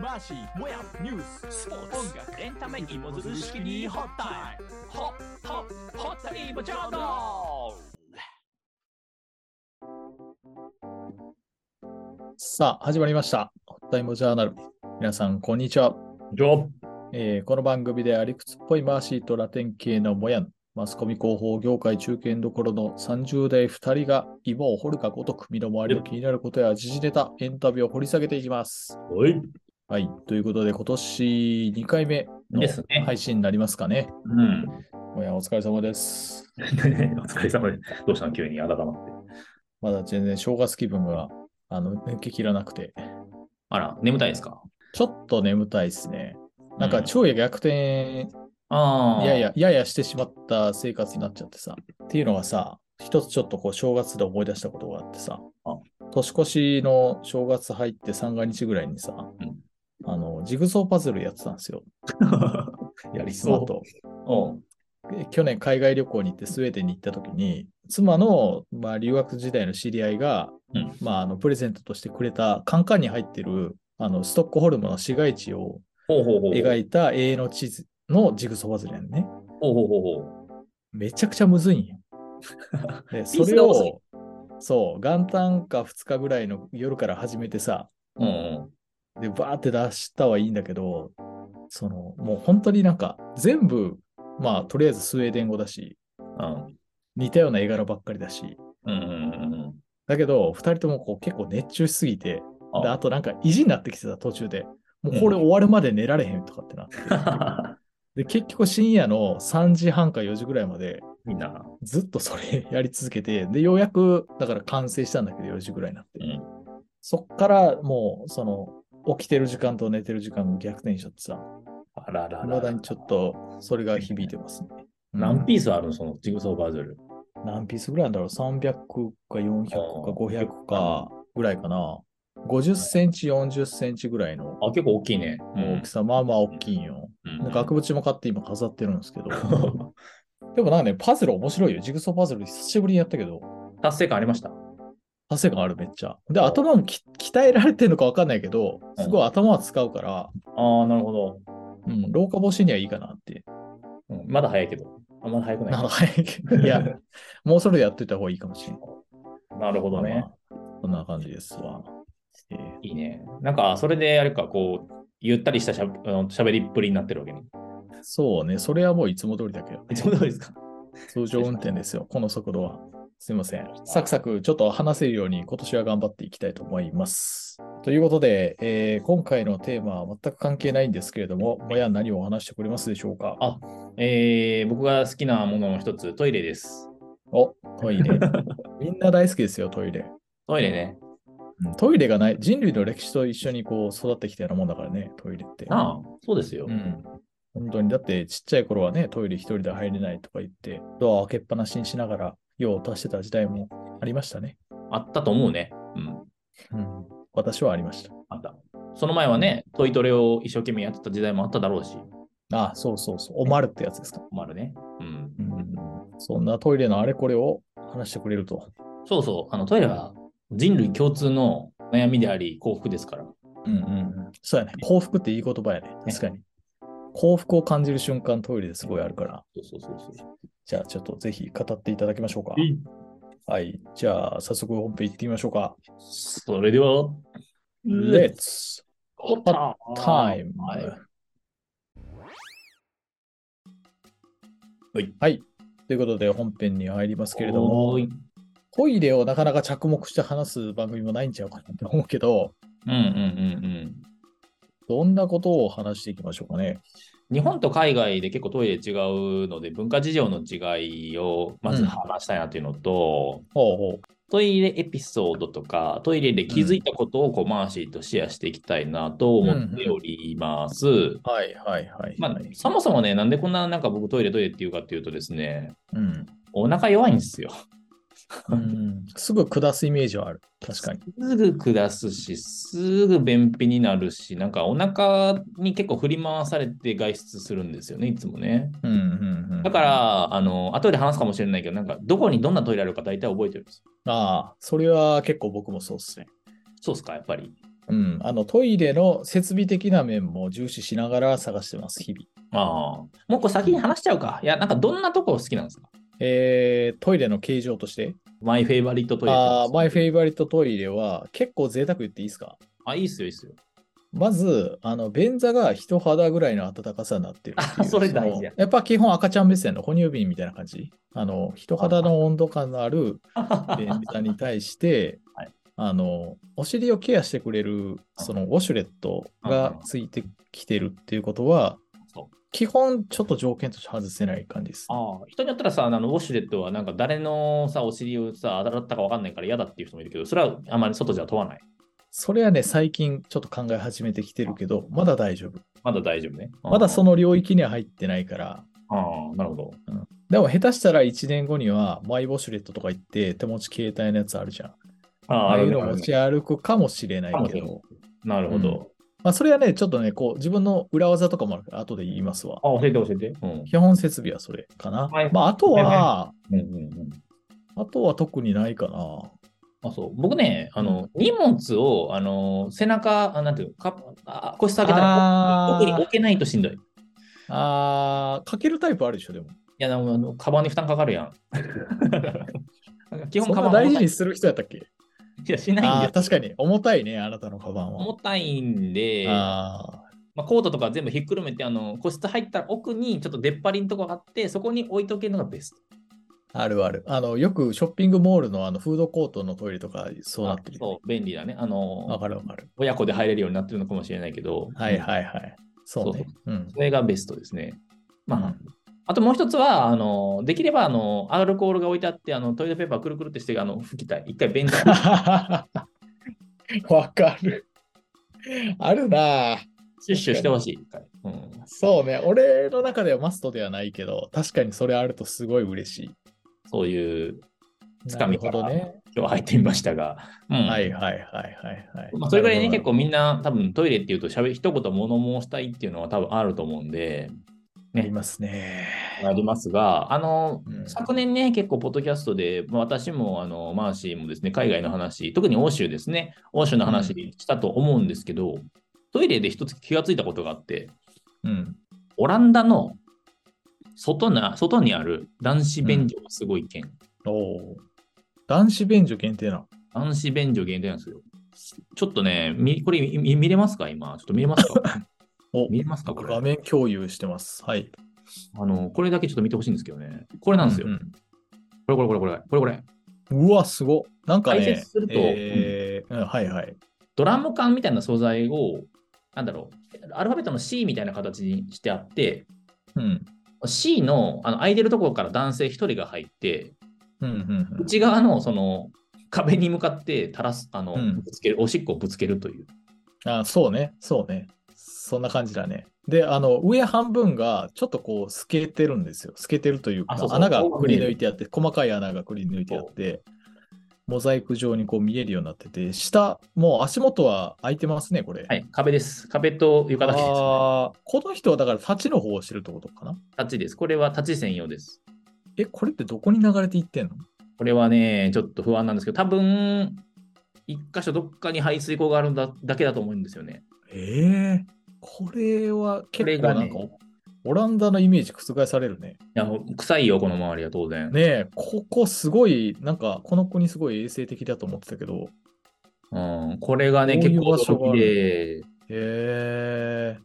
話もやニューススポーツ音楽エンタメ芋づる式にホッタイムホッホッホッタイムチャンネさあ、始まりました。ホッタイムジャーナル。皆さん、こんにちは、ジョえーこの番組でありくつっぽいマーシーとラテン系のモヤン、マスコミ広報業界中堅どころの30代2人が芋を掘るかごとく身の回りの気になることや時事ネタ、エンタビューを掘り下げていきます。おい。はい。ということで、今年2回目のですね配信になりますかね。うん。モヤン、お疲れ様です。 お疲れ様です。どうしたの急に温ま って。まだ全然正月気分があの抜けきらなくて、あら、眠たいですかちょっと眠たいですね。なんうか、昼夜逆転ああ。やや、ややしてしまった生活になっちゃってさ。っていうのがさ、一つちょっとこう正月で思い出したことがあってさあ、年越しの正月入って三が日ぐらいにさ、んあの、ジグソーパズルやってたんですよ。やり妻そと。う。おうで去年海外旅行に行ってスウェーデンに行った時に、妻の、まあ、留学時代の知り合いが、うんまあ、あの、プレゼントとしてくれたカンカンに入ってる、あの、ストックホルムの市街地をほうほうほう。描いいた永遠の地図のジグソーパズルやんね。ほうほうほうほう。めちゃくちゃむずいん よ。でピーそスれが遅いを、そう、元旦か2日ぐらいの夜から始めてさ、うんうん。で、バーって出したはいいんだけど、その、もう本当になんか、全部、まあ、とりあえずスウェーデン語だし、うん似たような絵柄ばっかりだし、うんうんうんうん。だけど、2人ともこう結構熱中しすぎて、で、ああとなんか意地になってきてた途中で、もうこれ終わるまで寝られへんとかってなって。で、結局深夜の3時半か4時ぐらいまで、みんな。ずっとそれやり続けて、で、ようやく、だから完成したんだけど、4時ぐらいになって。うんそっからもう、その、起きてる時間と寝てる時間が逆転しちゃってさ、あららまらだらに。ちょっと、それが響いてますね。何ピースあるのそのジグソーパズル。うん何ピースぐらいなんだろう ?300 か400か500かぐらいかな。50センチ、40センチぐらいのあ、結構大きいね。大きさ、まあまあ大きいんよ。うんで額縁も買って今飾ってるんですけど。うんでもなんかね、パズル面白いよ。ジグソーパズル久しぶりにやったけど、 達成感ありました。達成感ある、めっちゃ。で、頭もき鍛えられてるのか分かんないけど、すごい頭は使うから、ああ、なるほど。うん、老化防止にはいいかなって。うんまだ早いけど。あんまだ早くななんいか。 早いけどいや、もうそれでやっといた方がいいかもしれない。なるほどね。まあそんな感じですわ。えーいいね。なんか、それで、あれか、こう、ゆったりしたしゃあの喋りっぷりになってるわけね。 そうね、それはもういつも通りだけど、いつもどうですか通常運転ですよ、この速度は。すいません。サクサクちょっと話せるように今年は頑張っていきたいと思います。ということで、えー今回のテーマは全く関係ないんですけれども、もや何をお話してくれますでしょうかあえー、僕が好きなものの一つ、トイレです。お、トイレ。みんな大好きですよ、トイレ。トイレね。うんトイレがない、人類の歴史と一緒にこう育ってきたようなもんだからね、トイレって。なあ、そうですよ。うん。本当に、だってちっちゃい頃はね、トイレ一人で入れないとか言って、ドアを開けっぱなしにしながら用を足してた時代もありましたね。あったと思うね。うん。うん。私はありました。あった。その前はね、トイトレを一生懸命やってた時代もあっただろうし、あそうそうそう。おまるってやつですか。困るね。うん。うん。そんなトイレのあれこれを話してくれると。そうそう、あのトイレは人類共通の悩みであり、幸福ですから。うんうん。そうやね。幸福っていい言葉やね。確かに。幸福を感じる瞬間、トイレですごいあるから。そうそうそうそう。じゃあ、ちょっとぜひ語っていただきましょうか。うんはい。じゃあ、早速本編行ってみましょうか。それでは、 Let's ホッタイ time! はいはい。はい。ということで、本編に入りますけれどもお、ーいトイレをなかなか着目して話す番組もないんちゃうかなって思うけど、うんうんうんうん。どんなことを話していきましょうかね。日本と海外で結構トイレ違うので文化事情の違いをまず話したいなというのと、ほうほう。トイレエピソードとかトイレで気づいたことをこうマーシーとシェアしていきたいなと思っております。はいはいはい、まあ、そもそもね、なんでこんななんか僕トイレトイレっていうかっていうとですね、うん。お腹弱いんですよ。うんすぐ下すイメージはある。確かに。すぐ下すし、すぐ便秘になるし、なんかお腹に結構振り回されて外出するんですよね、いつもね。うんうんうんだか、ら、あの、後で話すかもしれないけど、なんか、どこにどんなトイレあるか大体覚えてるんですよ。ああ、それは結構僕もそうですね。そうっすか、やっぱり。うん、あのトイレの設備的な面も重視しながら探してます、日々。ああ。もうこれ先に話しちゃうか。いや、なんかどんなとこ好きなんですかえートイレの形状として、マイフェイバリットトイレ。あーマイフェイイバリットトイレは結構贅沢言っていいですかあ、いいっすよ、いいっ すよ。まず、あの便座が人肌ぐらいの暖かさになってるってあいう。それ大事やそのやっぱ基本赤ちゃん目線の哺乳瓶みたいな感じ。あの人肌の温度感のある便座に対して、 はいあのお尻をケアしてくれるそのウォシュレットがついてきてるっていうことはそ、基本ちょっと条件として外せない感じです。ああ人によったらさ、あのウォシュレットはなんか誰のさ、お尻をさ、当たったかわかんないから嫌だっていう人もいるけど、それはあまり外じゃ問わない。それはね、最近ちょっと考え始めてきてるけど、まだ大丈夫。まだ大丈夫ね。まだその。の領域には入ってないから。ああ、なるほど。でも下手したら1年後にはマイウォシュレットとか言って手持ち携帯のやつあるじゃん。あああ、あいうるのね持ち歩くかもしれないけかもしれなど。なるほど。まあそれはね、ちょっとね、こう自分の裏技とかもあるから後で言いますわ。あ、教えて教えて。うん。基本設備はそれかな。はいまああとは、はいうんうんうん。あとは特にないかな。あそう僕ね、あの、荷物を、あの、背中、あなんていうの、かあ腰下げたらあー奥に置けないとしんどい。いあー、かけるタイプあるでしょ、でも。や、でもあの、カバンに負担かかるやん。 なんか基本、そカんバなン大事重にする人やったっ けたいいや、しないんだあよー確かに重たいね、あなたのカバンは。重たいんで、あまあ、コートとか全部ひっくるめて、あの個室入ったら奥にちょっと出っ張りのとこがあって、そこに置いとけるのがベスーあるある。あの、よくショッピングモールのあのフードコートのトイレとかト。そうなってるよね。そう便利だね。あわのかるわかる。親子で入れるようになってるのかもしれないけど、はいはいはい。そうね。うん。 それがベストですね。まあ、うんあともう一つは、あのできればあのアルコールが置いてあって、あのトイレットペーパーくるくるってしてあの拭きたい。一回 便座わかる。あるなぁシュッシュしてほしい。うん、そうね。俺の中ではマストではないけど、確かにそれあるとすごい嬉しそういうい。つかみなかるほらどね。今日入ってみましたが。うんはいはいはいはいはい。まあ、それぐらいね、なる結ほ構どみんな多分トイレっていうとしゃべ、一言物申したいっていうのは多分あると思うんで、ありますね。ありますが、あの、うん昨年ね、結構、ポッドキャストで、まあ私もあのマーシーもですね、海外の話、特に欧州ですね、欧州の話したと思うんですけど、トイレで一つ気がついたことがあって、うん。オランダの外な外にある男子便所がすごい件、おお。男子便所限定なの。男子便所限定なんですよ。ちょっとね、みこれみ見れますか今、ちょっと見れますかお見れますかこれ画面共有してます。はい。あの、これだけちょっと見てほしいんですけどね。これなんですよ。うんこれこれこれこれ、これこれ。うんうわ、すごっ。なんか解ね説する、とえーうんはいはい。ドラム缶みたいな素材を、なんだろう、アルファベットの C みたいな形にしてあって、うん。 C のあの空いてるところから男性1人が入って、うんうんうん。内側のその壁に向かって垂らす、あの、うんぶつける、おしっこをぶつけるという。あ、そうね、そうね。そんな感じだね。で、あの、上半分がちょっとこう透けてるんですよ。透けてるというあか、そうそう穴がくり抜いてあって、細かい穴がくり抜いてあって、モザイク状にこう見えるようになってて、下、もう足元は開いてますね、これ。はい、壁です。壁と床だけです、ね。あーこの人はだから立ちの方をしてるってことかな。立ちです。これは立ち専用です。え、これってどこに流れていってんのこれはね、ちょっと不安なんですけど、多分、一箇所どっかに排水口があるんだだけだと思うんですよね。ええこれはこれ結構がなんねか、オランダのイメージ覆されるね。いや臭いよ、この周りは当然。ねえ、ここすごい、なんかこの国すごい衛生的だと思ってたけど、うん、これがね、こうい結う構場所があ驚るきで、へえ。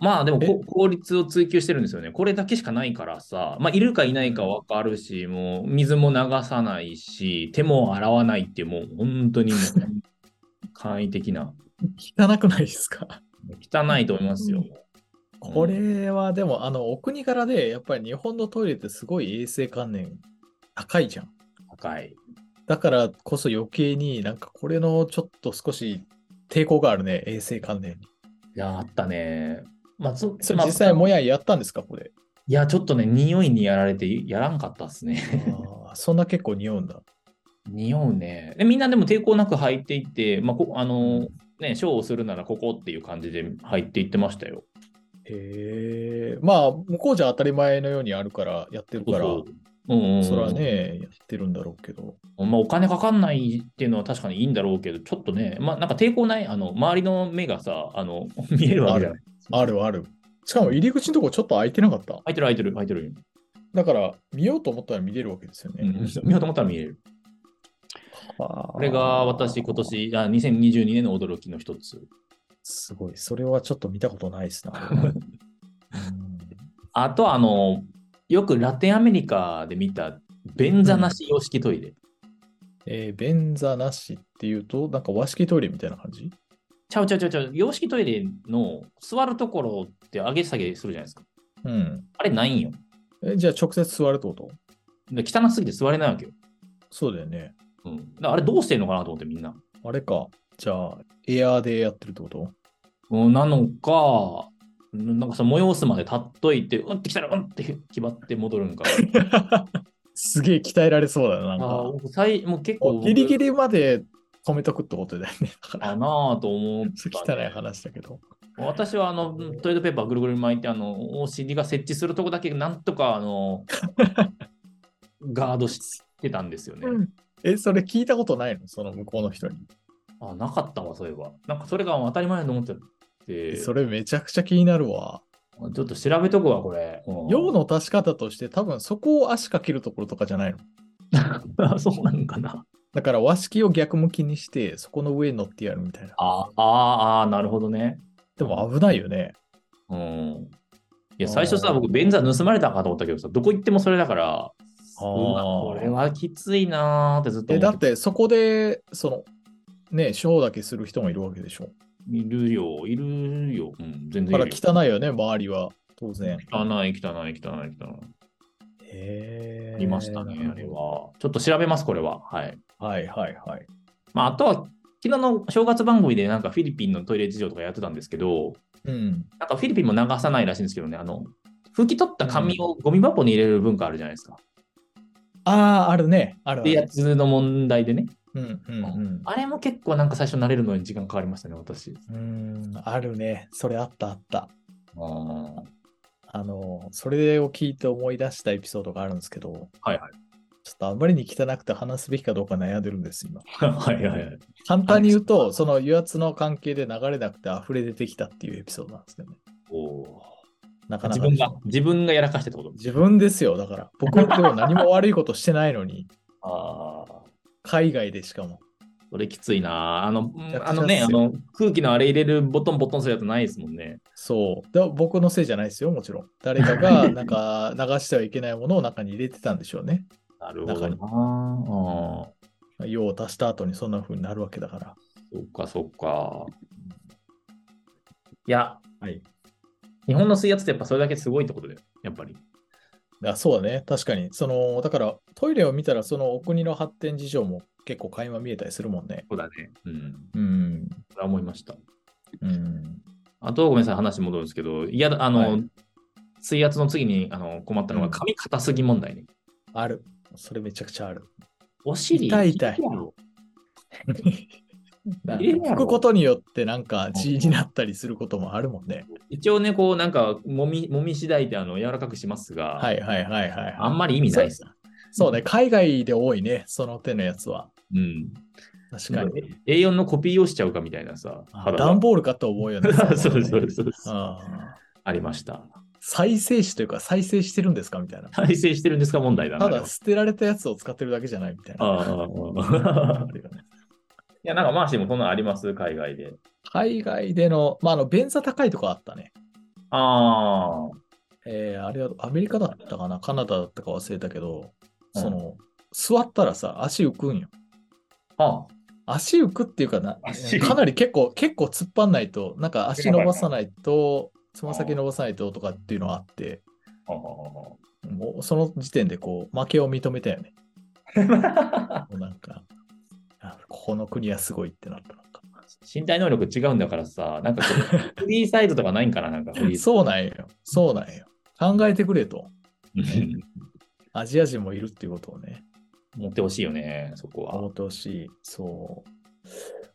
まあでもこえ効率を追求してるんですよね。これだけしかないからさ、まあ、いるかいないかわかるし、もう水も流さないし、手も洗わないっていう、もう本当にもう簡易的な、汚くないですか汚いと思いますよ。これはでも、あの、お国柄で、やっぱり日本のトイレってすごい衛生観念高いじゃん。高い。だからこそ余計になんかこれのちょっと少し抵抗があるね、衛生観念に。いや、あったね。まあ、そそれまあ実際もややったんですか、こ れ。いや、ちょっとね、匂いにやられてやらんかったっすね。 あーそんな結構匂うんだ。匂うね。でみんなでも抵抗なく入っていって、まあ、こあのね、ショーをするならここっていう感じで入っていってましたよ。へえ。まあ、向こうじゃ当たり前のようにあるから、やってるから、そううんうん、それはね、やってるんだろうけど。まあ、お金かかんないっていうのは確かにいいんだろうけど、ちょっとね、まあ、なんか抵抗ない、あの、周りの目がさ、あの、 見えるわけじゃない。あるある。しかも入り口のとこちょっと空いてなかった。開いてる開いてる開いてる。だから、見ようと思ったら見れるわけですよね。うん、見ようと思ったら見える。ここれが私、今。年、あ2022年の驚きの一つ。すごい。それはちょっと見たことないで すな。うんあと、あの、よくラテンアメリカで見た、便座なし洋式トイレ。えー便座なしっていうと、なんか和式トイレみたいな感じちゃうちゃうちゃうちゃう、洋式トイレの座るところって上げ下げするじゃないですか。うん。あれないんよ。えじゃあ直接座るってことで汚すぎて座れないわけよ。そうだよね。うん、だからあれどうしてんのかなと思ってみんな。あれか。じゃあ、エアーでやってるってことうんなのか、うんなんかさ、催すまで立っといて、うんって来たら、うんって決まって戻るんか。すげえ鍛えられそうだな。あ なんかー最もう結構、ギリギリまで止めとくってことだよね。 だか、からなぁと思 った、汚いね。話だけど。私はあのトイレットペーパーぐるぐる巻いて、あの、お尻が設置するとこだけなんとか、あ の、ガードしてたんですよね。え、それ聞いたことないのその向こうの人に。あ、なかったわ、そういえば。なんかそれが当たり前だと思ってて、ちそょれめちゃくちゃ気になるわ。っと調べとくわ、これ。うん用の足し方として多分そこを足かけるところとかじゃないの。あ そうなんかな。だから和式を逆向きにしてそこの上に乗ってやるみたいな。あーあー、あーなるほどね。でも危ないよね。うん。いや、最初さ、僕、便座盗まれたかと思ったけどさ、どこ行ってもそれだから、うあわこれはきついなーってずっとえ、思だっっててそこで、その、ね、ショーだけする人もいるわけでしょ。いるよ、いるよ。うん、全然いだからるよ。汚いよね、周りは。当然。汚い、汚い、汚い、汚へい。ーありましたね、あれ。は。ちょっと調べます、これは。はい。はいはいはい。まあ、あとは、昨日の正月番組でなんかフィリピンのトイレ事情とかやってたんですけど、うん。なんかフィリピンも流さないらしいんですけどね、あの、拭き取った紙をゴミ箱に入れる文化あるじゃないですか。ああ、あるね。あるあで、やる。つの問題でね。うんうんあれも結構なんか最初慣れるのに時間かかりましたね、私。うん。うん、あるね。それあったあった。あはあの、それを聞いて思い出したエピソードがあるんですけど、いはい。ちょっとあまりに汚くて話すべきかどうか悩んでるんです、今。はいはいはい。簡単に言うと、その油圧の関係で流れなくて溢れ出てきたっていうエピソードなんですけどね。おーなかな自か分でしょが、自分がやらかしてってこと自分ですよ。だから、僕は今日何も悪いことしてないのに、ああ。海外でしかも。それきついな。あの、うんちゃくちゃっすよあのね、あの空気のあれ入れるボトンボトンするやつないですもんね。そう。だ僕のせいじゃないですよ、もちろん。誰かが、なんか、流してはいけないものを中に入れてたんでしょうね。なるほどな。あ用を足した後にそんな風になるわけだから。ーそっかそっか。いや、はい。日本の水圧ってやっぱそれだけすごいってことだよ。やっぱり。あそうだね、確かに。その、だから、トイレを見たら、そのお国の発展事情も結構垣間見えたりするもんね。そうだね。うん。うん。それは思いました。うん。あと、ごめんなさい、話戻るんですけど、いや、あの、はい水圧の次にあの困ったのうが、ん髪硬すぎ問題ね。ある。それめちゃくちゃある。お尻、痛い痛い入れるやろだ入れるや拭ろくことによって、なんか、血になったりすることもあるもんね。一応ね、こう、なんか、もみ、もみ次第であの柔らかくしますが、はいはいはいはいはい。あんまり意味ないです。そうね、海外で多いね、その手のやつは。うん。確かに。 A4 のコピーをしちゃうかみたいなさ、あ肌が段ボールかと思うよ ね。そうそうそうそう。あーありました。再生紙というか、再生してるんですかみたいな。再生してるんですか問題だな。ただ、捨てられたやつを使ってるだけじゃないみたいあ な。れはあ ー。いや、なんか、マーシーもそんなのあります海外で。海外での、まあ、あの、便座高いとこあったね。ああ。えーあれはアメリカだったかな、カナダだったか忘れたけど、うんその、座ったらさ、足浮くんよ。あ足浮くっていうかな、足かなり結構、結構突っ張んないと、なんか足伸ばさない と、つま先伸ばさないととかっていうのがあって、あもうその時点でこう、負けを認め たよね。ー。もうなんか、あこの国はすごいってなったなんか。身体能力違うんだからさ、なんかこうフリーサイズとかないんかななんかフリーそうなんよ、そうなんよ。考えてくれと。うんアジア人もいるっていうことをね。 持ってほしいよね、そこ思は。ってほしい。そう。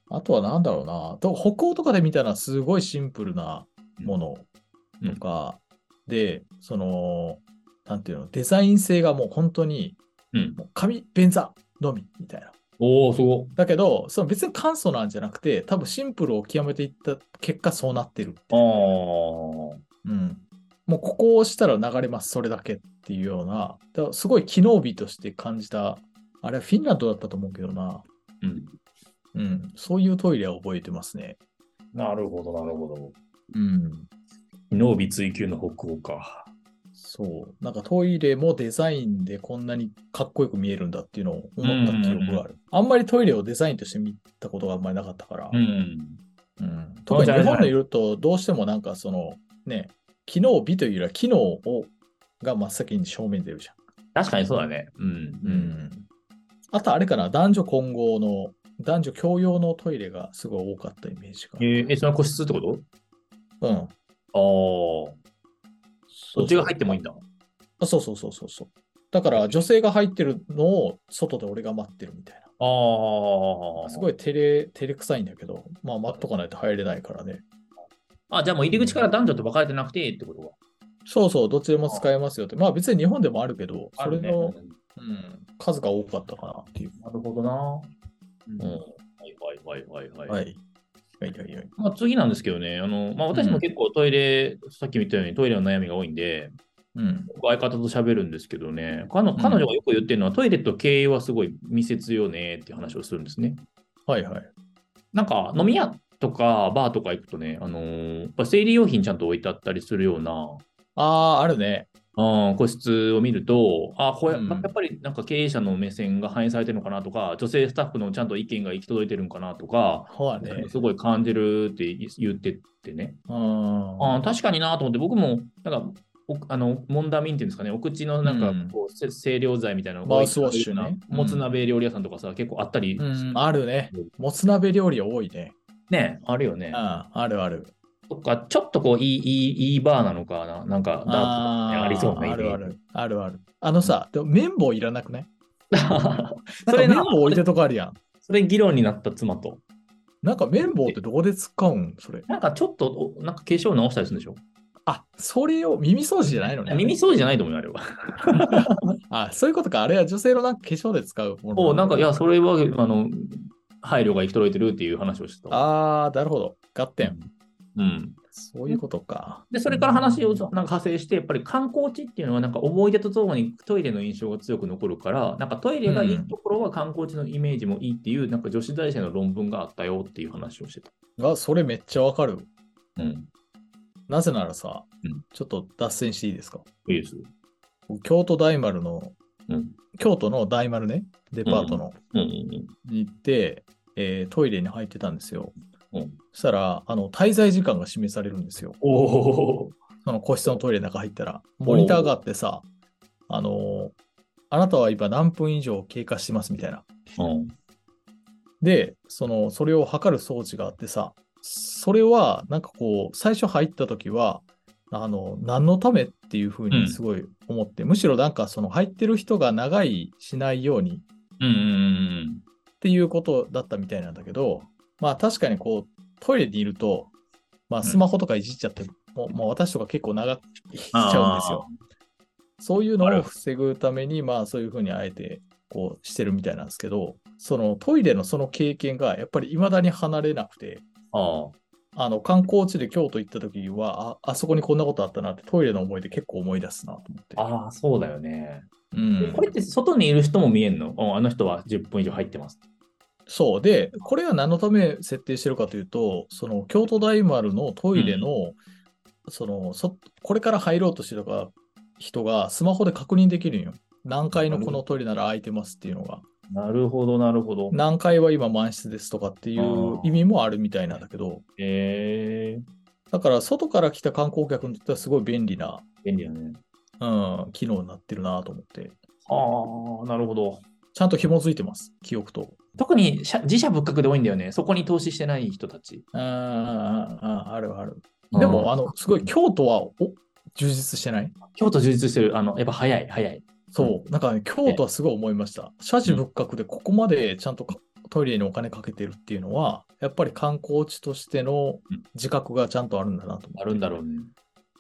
あとは何だろうな。と北欧とかで見たらすごいシンプルなものとか、で、その、なんていうの、デザイン性がもう本当に、うんもう紙、便座のみみたいな。おお、すごだけど、その別に簡素なんじゃなくて、多分シンプルを極めていった結果、そうなってるっていうい。うん。もうここを押したら流れます、それだけっていうような、だからすごい機能美として感じた、あれはフィンランドだったと思うけどな、ああ、うん。うん、そういうトイレは覚えてますね。なるほど、なるほど。うん、機能美追求の北欧か。そう。なんかトイレもデザインでこんなにかっこよく見えるんだっていうのを思った記憶がある。あんまりトイレをデザインとして見たことがあんまりなかったから、ん。うん特に日本にいると、どうしてもなんかその、ね、機能美というよりは機能をが真っ先に正面に出るじゃん。確かにそうだね。うん。うん。あとあれかな、男女混合の、男女共用のトイレがすごい多かったイメージが。えーえ、それは個室ってことうん。ああ。そっちが入ってもいいんだ。だ。あそうそうそうそうそう。だから女性が入ってるのを外で俺が待ってるみたいあな。あ。すごい照れ、照れくさいんだけど、まあ待っとかないと入れないからね。あ、じゃあもう入り口から男女と分かれてなくてってことか。そうそう、どっちでも使えますよって。まあ別に日本でもあるけど、それねの、うん、数が多かったかなっていう。なるほどな。うんうん。はいはいはいはい、。はいい。はいはいはい。まあ、次なんですけどね、あのまあ、私も結構トイレ、さっきも言ったようにトイレの悩みが多いんで、うん。僕相方と喋るんですけどね、彼女彼女がよく言ってるのは、トイレと経営はすごい密接よねっていう話をするんですね。はいはい。なんか飲み屋とかバーとか行くとね、あのーやっぱ生理用品ちゃんと置いてあったりするようなああ、あるね。うん、個室を見ると、あこれ、うんやっぱりなんか経営者の目線が反映されてるのかなとか、女性スタッフのちゃんと意見が行き届いてるのかなとか、ほらね。すごい感じるって言ってってね、うん。あ確かになと思って、僕もなんか、おあのモンダミンっていうんですかね、お口のなんかうんこう、せ清涼剤みたいなのマウスウォッシュねこういうようなもつ鍋料理屋さんとかさ、結構あったり、うん、あるね。もつ鍋料理多いね。ね、あるよねうん、。あるある。とか、ちょっとこう、いいいいいいバーなのかな、なんかダークとかね、あーありそうなイメあージるある。あるある。あのさ、でも綿棒いらなくないなん そかれ綿な棒置いてるとこあるやん。それ議論になった妻と。なんか綿棒ってどこで使うんそれ。なんかちょっとお、なんか化粧直したりするんでしょあ、それを耳掃除じゃないのね。耳掃除じゃないと思うよ、あれは。あ、そういうことか。あれは女性のなんか化粧で使うもの。おなんか、いや、それは、あの、配慮が行き届いてるっていう話をしてた。あー、なるほど。合点。うん。そういうことか。で、それから話をなんか派生して、やっぱり観光地っていうのは、なんか思い出とともにトイレの印象が強く残るから、なんかトイレがいいところは観光地のイメージもいいっていう、なんか女子大生の論文があったよっていう話をしてた。あ、それめっちゃわかる。うん。なぜならさうん、ちょっと脱線していいですかいいです。京都大丸の、うん京都の大丸ね、デパートの。うんうんに行って、えートイレに入ってたんですよ。うんそしたらあの、滞在時間が示されるんですよ。おおその個室のトイレの中入ったら。モニターがあってさ、あのーあなたは今何分以上経過してますみたいな。うん。で、その、それを測る装置があってさ、それは、なんかこう、最初入った時は、あの、何のためっていうふううんにすごい思って、むしろなんかその入ってる人が長いしないようにうんうんっていうことだったみたいなんだけど、まあ確かにこう、トイレにいると、まあスマホとかいじっちゃって、もうもう私とか結構長くいちゃうんですよ。そういうのを防ぐために、まあそういうふうにあえてこうしてるみたいなんですけど、そのトイレのその経験がやっぱり未だに離れなくて、ああ。あの観光地で京都行った時はあ、あそこにこんなことあったなってトイレの思い出結構思い出すなと思って。ああ、そうだよね。うんこ、れって外にいる人も見えんのうんあの人は10分以上入ってます。そう。で、これは何のため設定してるかというと、その京都大丸のトイレの、そのそ、これから入ろうとしてるか人がスマホで確認できるんよ。何階のこのトイレなら空いてますっていうのが。なるほど、なるほど。何階は今満室ですとかっていあうー意味もあるみたいなんだけど、えだから外から来た観光客にとってはすごい便利な、ー、便利だね。うん、機能になってるなと思って。ああ、なるほど。ちゃんと紐づいてます、記憶と。特に社自社仏閣で多いんだよね。そこに投資してない人たち。あーあー、あーあるある。でも、あの、すごい京都はお充実してない京都充実してる。あの、やっぱ早い、早い。そう、なんかね、京都はすごい思いました。社寺仏閣でここまでちゃんとかトイレにお金かけてるっていうのは、やっぱり観光地としての自覚がちゃんとあるんだなと思あるんだろうね。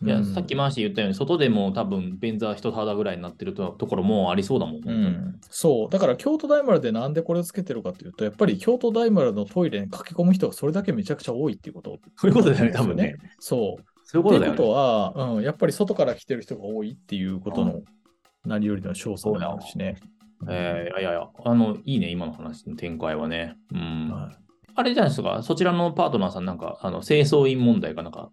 う。いや、うんさっきマーシー言ったように、外でも多分、ベンザー人肌ぐらいになってるとところもありそうだもん。うん、そう。だから京都大丸でなんでこれをつけてるかというと、やっぱり京都大丸のトイレに駆け込む人がそれだけめちゃくちゃ多いっていうこと。そういうことだよね、多分ね。そう。そういうこってというだよこね。とは、うん、やっぱり外から来てる人が多いっていうことうの、何よりの証拠なんですね。えーいやいや、あの、いいね、今の話の展開はね。うん。はいあれじゃないですか、そちらのパートナーさん、なんか、あの清掃員問題がなん か、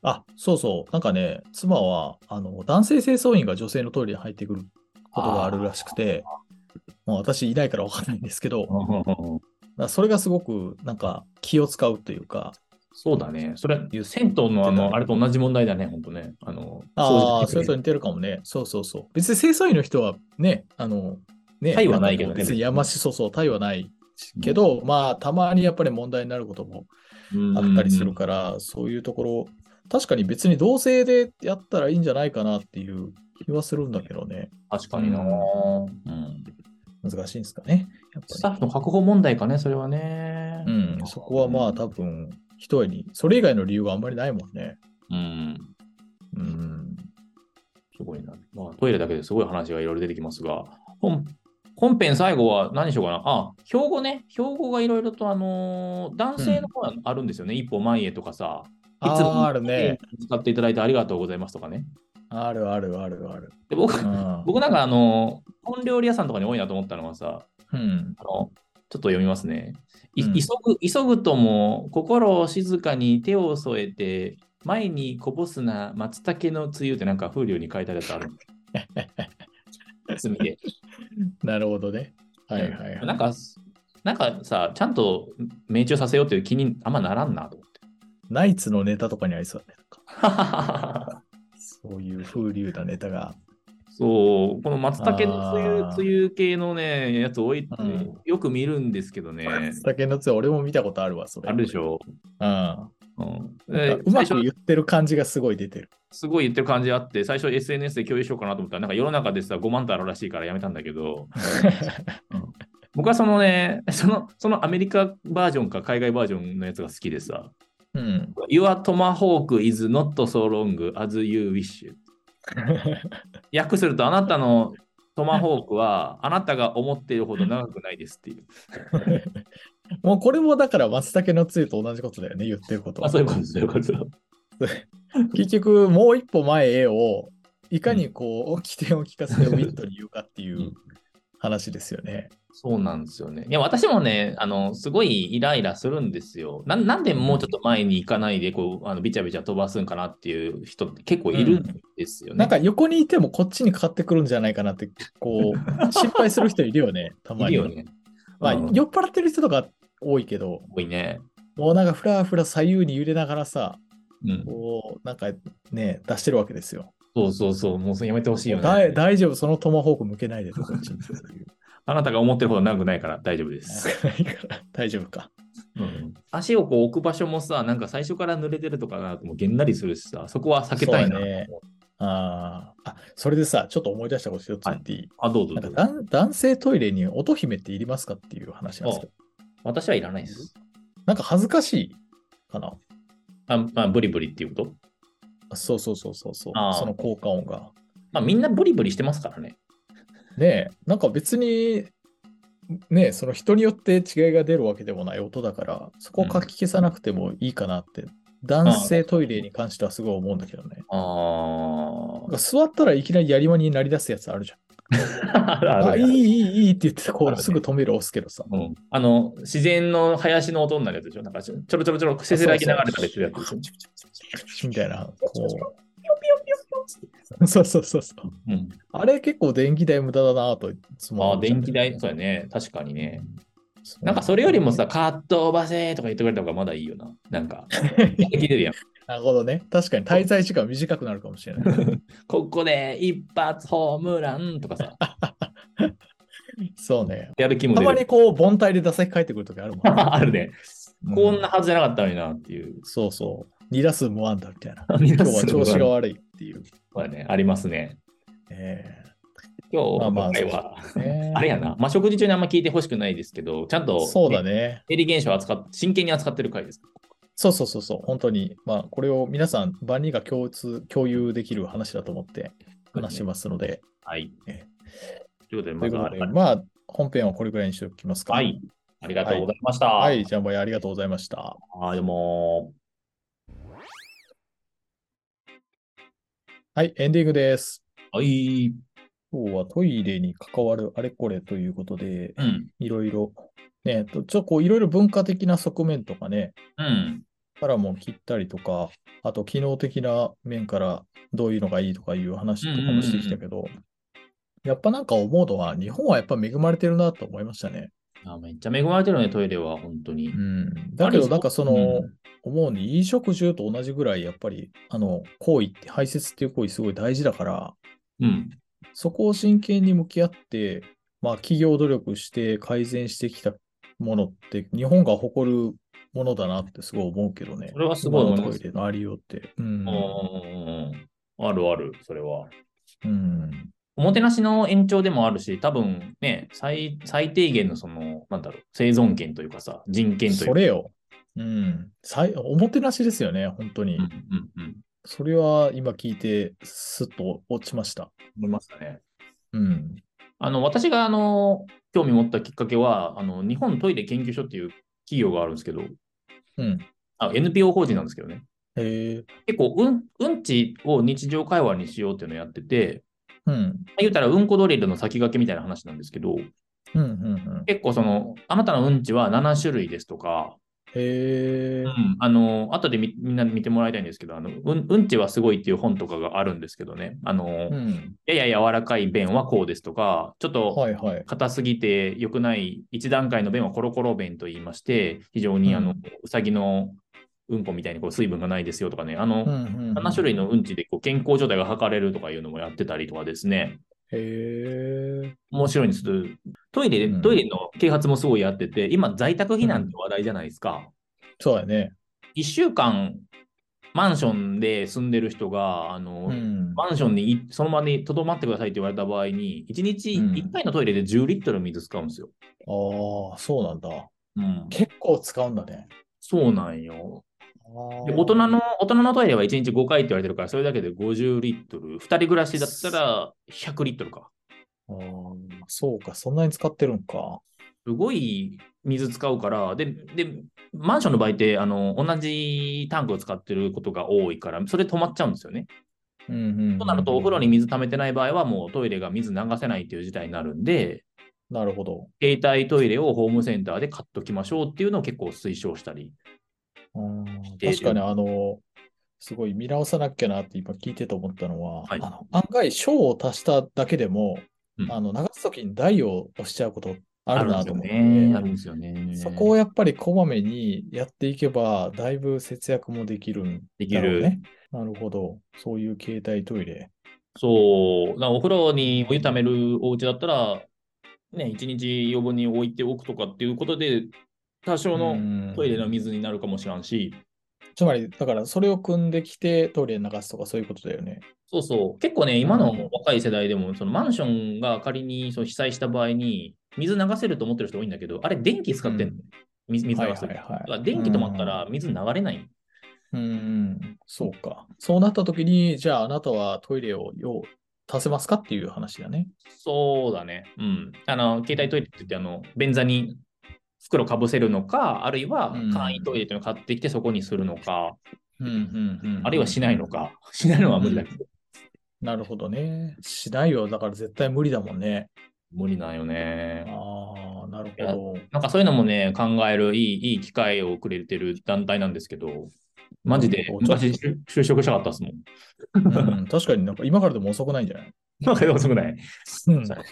あ、そうそう。なんかね、妻は、あの、男性清掃員が女性のトイレに入ってくることがあるらしくて、もう私いないからわかんないんですけど、だそからそれがすごく、なんか気を使うというか、うだね。それ、銭湯のあ言ってのたあれと同じ問題だね、本当ね。あの、ああ、そ掃除れと似てるかもね。そうそうそう。別に清掃員の人はね、あの、ね、対はないけどねんか別にやましそうそう、対はないけど、まあ、たまにやっぱり問題になることもあったりするから、そういうところ、確かに別に同性でやったらいいんじゃないかなっていう気はするんだけどね。確かにな、ううん。難しいんですかね。やっスタぱッフの確保問題かね、それはね。り。うん、そこはまあ、多分、一重に、それ以外の理由はあんまりないもんね。うん。うん。すごいな。まあ、トイレだけですごい話がいろいろ出てきますが、本本編最後は何しようかな。あ、標語ね。標語がいろいろと、あのー男性の方はあるんですよね。一歩前へとかさ。いつあーもあるね。使っていただいてありがとうございますとかね。あるあるあるある。で僕うん僕なんかあの、本料理屋さんとかに多いなと思ったのはさ、うん。あのちょっと読みますね。いうん急ぐ、急ぐとも、心を静かに手を添えて、前にこぼすな松茸の梅雨ってなんか風流に書いてあるやつある。 墨で。なるほどね。はいはいはい。なんか、なんかさ、ちゃんと命中させようっていう気にあんまならんなと思って。ナイツのネタとかにありそうだね。なんかそういう風流なネタが。 そう、この松茸の梅雨あー梅雨系のね、やつ多い、うんよく見るんですけどね。酒のつ俺も見たことあるわ、それ。あるでしょ。うん。なんかうん、う最まく初言ってる感じがすごい出てる。すごい言ってる感じあって、最初 SNS で共有しようかなと思ったら、なんか世の中でさ、5万とあるらしいからやめたんだけ ど、うん僕はそのね、その、そのアメリカバージョンか海外バージョンのやつが好きでさ、 うん。 Your tomahawk is not so long as you wish. 訳すると、あなた のトマホークは、あなたが思っているほど長くないですっていう。もうこれもだから松茸のつゆと同じことだよね、言ってることはあ、 そういうこと、そういうこと。 結局、もう一歩前へを、いかにこう、起点を聞かせてウィットに言うかっていう話ですよね。そうなんですよね。いや、私もね、あの、すごいイライラするんですよ。なんなんでもうちょっと前に行かないで、こう、あのビチャビチャ飛ばすんかなっていう人って結構いるんですよね。なんか横にいてもこっちにかかってくるんじゃないかなって、こう、心配する人いるよね、たまいるに。よね。まあ、うん酔っ払ってる人とか多いけど、多いね。もうなんかふらふら左右に揺れながらさ、うん。こう、なんかね、出してるわけですよ。そうそうそう。もうそれやめてほしいよだいね。大丈夫、そのトマホーク向けないでとか、こっちにっていうあなたが思ってるほど長くないから大丈夫です。ないから 大丈夫か。うん足をこう置く場所もさ、なんか最初から濡れてるとかなともうげんなりするしさ、そこは避けたいな。そうだねあーあ、それでさ、ちょっと思い出したこと一つ言っていい、あ、どうぞどうなんぞか男男性トイレに乙姫っていりますかっていう話なんですけど、私はいらないです。なんか恥ずかしいかな。あまあ、ブリブリっていうこと。あそうそうそうそうそうあ、ーその効果音が。まあ、みんなブリブリしてますからね。ねえ、なんか別に、ねえ、その人によって違いが出るわけでもない音だから、そこをかき消さなくてもいいかなって、男性トイレに関してはすごい思うんだけどね。あなんか座ったらいきなりやりまになりだすやつあるじゃん。あ あ、いい、いい。い、いいって言って、こあるうねすぐ止める押すけどさ。うん、あの自然の林の音になるやつでしょなんかちょちょろちょろちょろせせらぎながら食べてるやつでしょみたいな、こう。そうそうそうそう。うん、あれ結構電気代無駄だなぁといつもあ思あっちゃう電ん気だよ代ね。そうやね確かにねそうなんかそれよりもさ「カットばせ」とか言ってくれた方がまだいいよななんか聞いてるやん なるほどね。確かに滞在時間短くなるかもし れない。ここで一発ホームランとかさそうね。やる気もた出まるにこう、凡退で打席帰ってくるときあるもんね、 あるねうんこんなはずじゃなかったのになって いうそうそう。2打数無安打みた いな。今今日は調子が悪いっていう。そうやねありますねえ今日まあまあ今回はえね あれやな、まあ、食事中にあんま聞いてほしくないですけど、ちゃんとそうだね。生理現象を扱っ真剣に扱ってる回です。そうそうそうそう、本当に。まあ、これを皆さん、万人が共通、共有できる話だと思って話しますので。はい。えということで、とまいうずことはで、、まあ、本編はこれぐらいにしておきますか。はい。。ありがとうございました。はい、ジャンボイありがとうございました。あーでも、はい、エンディングです。はい。今日はトイレに関わるあれこれということで、うん。いろいろ、ね、とちょっとこう、いろいろ文化的な側面とかね、うん。からも切ったりとか、あと機能的な面からどういうのがいいとかいう話とかもしてきたけど、やっぱなんか思うのは、日本はやっぱ恵まれてるなと思いましたね。あめっちゃ恵まれてるね、トイレは、本当にう。ん、だけど、なんかその、うん思うに、飲食中と同じぐらい、やっぱり、あの、行為って、排泄っていう行為すごい大事だから、うん。そこを真剣に向き合って、まあ、企業努力して改善してきたものって、日本が誇るものだなってすごい思うけどねそ。れはすごい今思のいまトイす。レのありようって。うんうんうんうんあるある、それは。うん。おもてなしの延長でもあるし、多分ね、最最低限のその、なんだろう、生存権というかさ、人権というそか。れよ。うん。さいおもてなしですよね、本当に。うんうんうん。それは今聞いて、すっと落ちました。思いますかね。うん。あの、私が、あの、興味持ったきっかけは、あの、日本トイレ研究所っていう企業があるんですけど、うん。あ NPO 法人なんですけどね。へえ。結構、うん、うんちを日常会話にしようっていうのをやってて、うん。まあ言うたらうんこドリルの先駆けみたいな話なんですけど、うん。うん。うん。結構その、あなたのうんちは7種類ですとか、へえう。ん、あの、後でみみんな見てもらいたいんですけど、あのうん、うんちはすごいっていう本とかがあるんですけどね、あの、うん。やや柔らかい便はこうですとか、ちょっとはいはい。硬すぎて良くない一段階の便はコロコロ便と言いまして、非常にあの、ううさぎのうんこみたいにこう水分がないですよとかね、あの、うん。うん。 7種類のうんちでこう健康状態が測れるとかいうのもやってたりとかですね、へえ。面白いんです。トイレ、うんトイレの啓発もすごいやってて、今、在宅避難って話題じゃないですか。そうだね。 1週間、マンションで住んでる人が、あの、うん。マンションにいそのままにとどまってくださいって言われた場合に、1日うん1回のトイレで10リットル水使うんですよ。ああ、そうなんだ。うん、結構使うんだね。そうなんよ。で大大人の、大人のトイレは1日5回って言われてるから、それだけで50リットル。2人暮らしだったら100リットルか。あーそうか、そんなに使ってるんか。すごい水使うから、で、で、マンションの場合って、あの、同じタンクを使ってることが多いから、それ止まっちゃうんですよね。うんうんうんとなると、お風呂に水溜めてない場合は、もうトイレが水流せないという事態になるんで、なるほど。携帯トイレをホームセンターで買っときましょうっていうのを結構推奨したり。うん定確かに、あの、すごい見直さなきゃなって今聞いてて思ったのは、はいあの案外、章を足しただけでも、うんあの流すときに台を押しちゃうことあるなと思って、あるんですよね。あるんですよそねこをやっぱりこまめにやっていけば、だいぶ節約もできるんできだろうる。ね。なるほど。そういう携帯トイレ。そう。なお風呂にお湯ためるお家だったら、ね、一日余分に置いておくとかっていうことで、多少のトイレのうん水になるかもしらんし、つまり、だからそれを組んできてトイレに流すとかそういうことだよね。そうそう。結構ね、今うのん若い世代でも、そのマンションが仮にその被災した場合に、水流せると思ってる人多いんだけど、あれ、電気使ってんの、うん水水流せる。はいはいはいだから電気止まったら水流れない。うんうん、そうか。そうなった時に、じゃああなたはトイレを用足せますかっていう話だね。そうだね。うん。あの、携帯トイレって言って、あの、便座に袋かぶせるのか、あるいはうん簡易トイレっていうのを買ってきてそこにするのか、うんうんうん、あるいはしないのか。しないのは無理だけど。なるほどね。しないよ。だから絶対無理だもんね。無理なんよね。ああ、なるほど。なんかそういうのもね、考えるいい、いい機会をくれてる団体なんですけど、マジでうん昔就就職したかったっすもん。 うん、確かになんか今からでも遅くないんじゃない、なんか遅くない。うんそう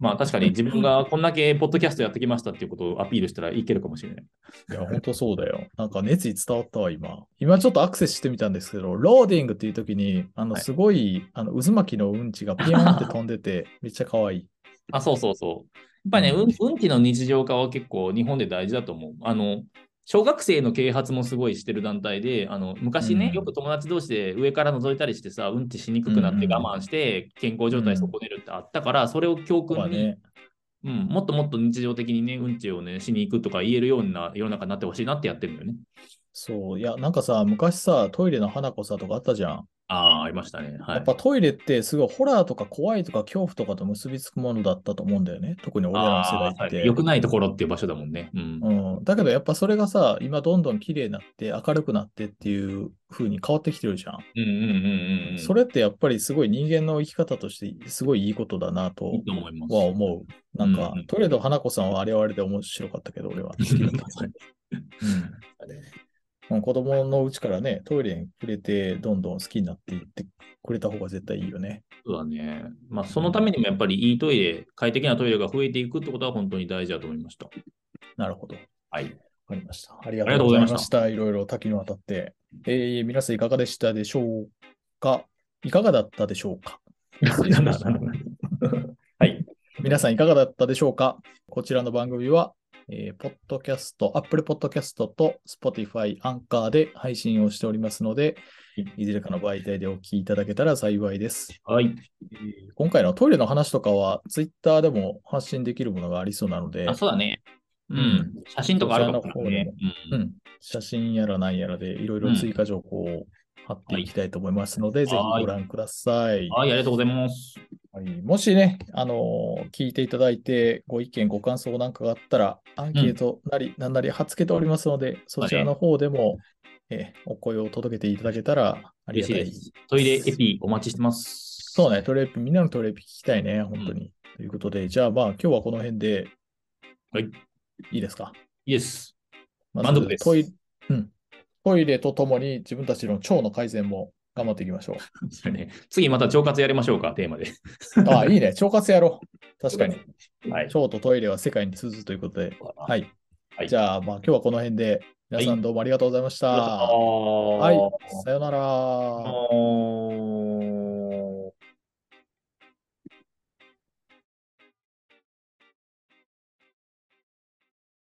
まあ確かに自分がこんだけポッドキャストやってきましたっていうことをアピールしたらいけるかもしれない。いや、本当そうだよ。なんか熱意伝わったわ、今。今ちょっとアクセスしてみたんですけど、ローディングっていう時に、あの、はいすごい、あの、渦巻きのう んちがピヨンって飛んでて、めっちゃ可愛い。あ、そうそうそう。やっぱりね、ううん、運気の日常化は結構日本で大事だと思う。あの、小学生の啓発もすごいしてる団体で、あの昔ね、うんよく友達同士で上から覗いたりしてさ、うんちしにくくなってうん我慢して健康状態損ねるってあったから、それを教ここは訓に、ね。うん、もっともっと日常的にね、うんちをね、しに行くとか言えるような世の中になってほしいなってやってるんだよね。そう、いや、なんかさ、昔さ、トイレの花子さとかあったじゃん。ああ、ありましたね。はやっい。ぱトイレってすごいホラーとか怖いとか恐怖とかと結びつくものだったと思うんだよね。特に俺らの世代ああって。良くないところっていう場所だもんね。うん。うん、だけどやっぱそれがさ、今どんどん綺麗になって明るくなってっていう風に変わってきてるじゃん。うんうんうんうん。それれってやっぱりすごい人間の生き方としてすごいいいことだなといいと思い ます。は思う。なんか、うんうんトイレと花子さんはあれはあれで面白かったけど、俺は 好きだった。うん、子供のうちからね、トイレに触れてどんどん好きになっていってくれた方が絶対いいよね。そうだね。まあ、そのためにもやっぱりいいトイレ、快適なトイレが増えていくってことは本当に大事だと思いました。なるほど。 はい。わかりました。ありがとうございました。いろいろ多岐にわたって。えー、皆さんいかがでしたでしょうかいかがだったでしょうかはい。皆さんいかがだったでしょうかこちらの番組は、えー、ポッドキャスト、Apple Podcast と Spotify、アンカーで配信をしておりますので、いずれかの媒体でお聞きいただけたら幸いです。はい。今回のトイレの話とかは、Twitter でも発信できるものがありそうなのであ、、そうだね。うん。写真とかあるかもしれないね。ううんん、写真やら何やらでいろいろ追加情報を貼っていきたいと思いますので、ぜひご覧ください。はい、ありがとうございます。はいもしね、あのー聞いていただいて、ご意見、ご感想なんかがあったら、アンケートなり、なんなり貼っつけておりますので、そちらの方でも、えお声を届けていただけたらあり嬉がしたいでい。す。トイレエピお待ちしてます。そうね、トレープ、みんなのトレープ聞きたいね、本当に。ということで、じゃあまあ、今日はこの辺で、はい。いいですか。イエス。ま満足ですトイ,、うん、トイレとともに自分たちの腸の改善も頑張っていきましょう。それね、次また腸活やりましょうか、テーマで。ああ、いいね。腸活やろう。確かに。はい。腸とトイレは世界に通ずということで。は。はいい。じゃあ、まあ今日はこの辺で、皆さんどうもありがとうございました。ははいい。さようなら。あー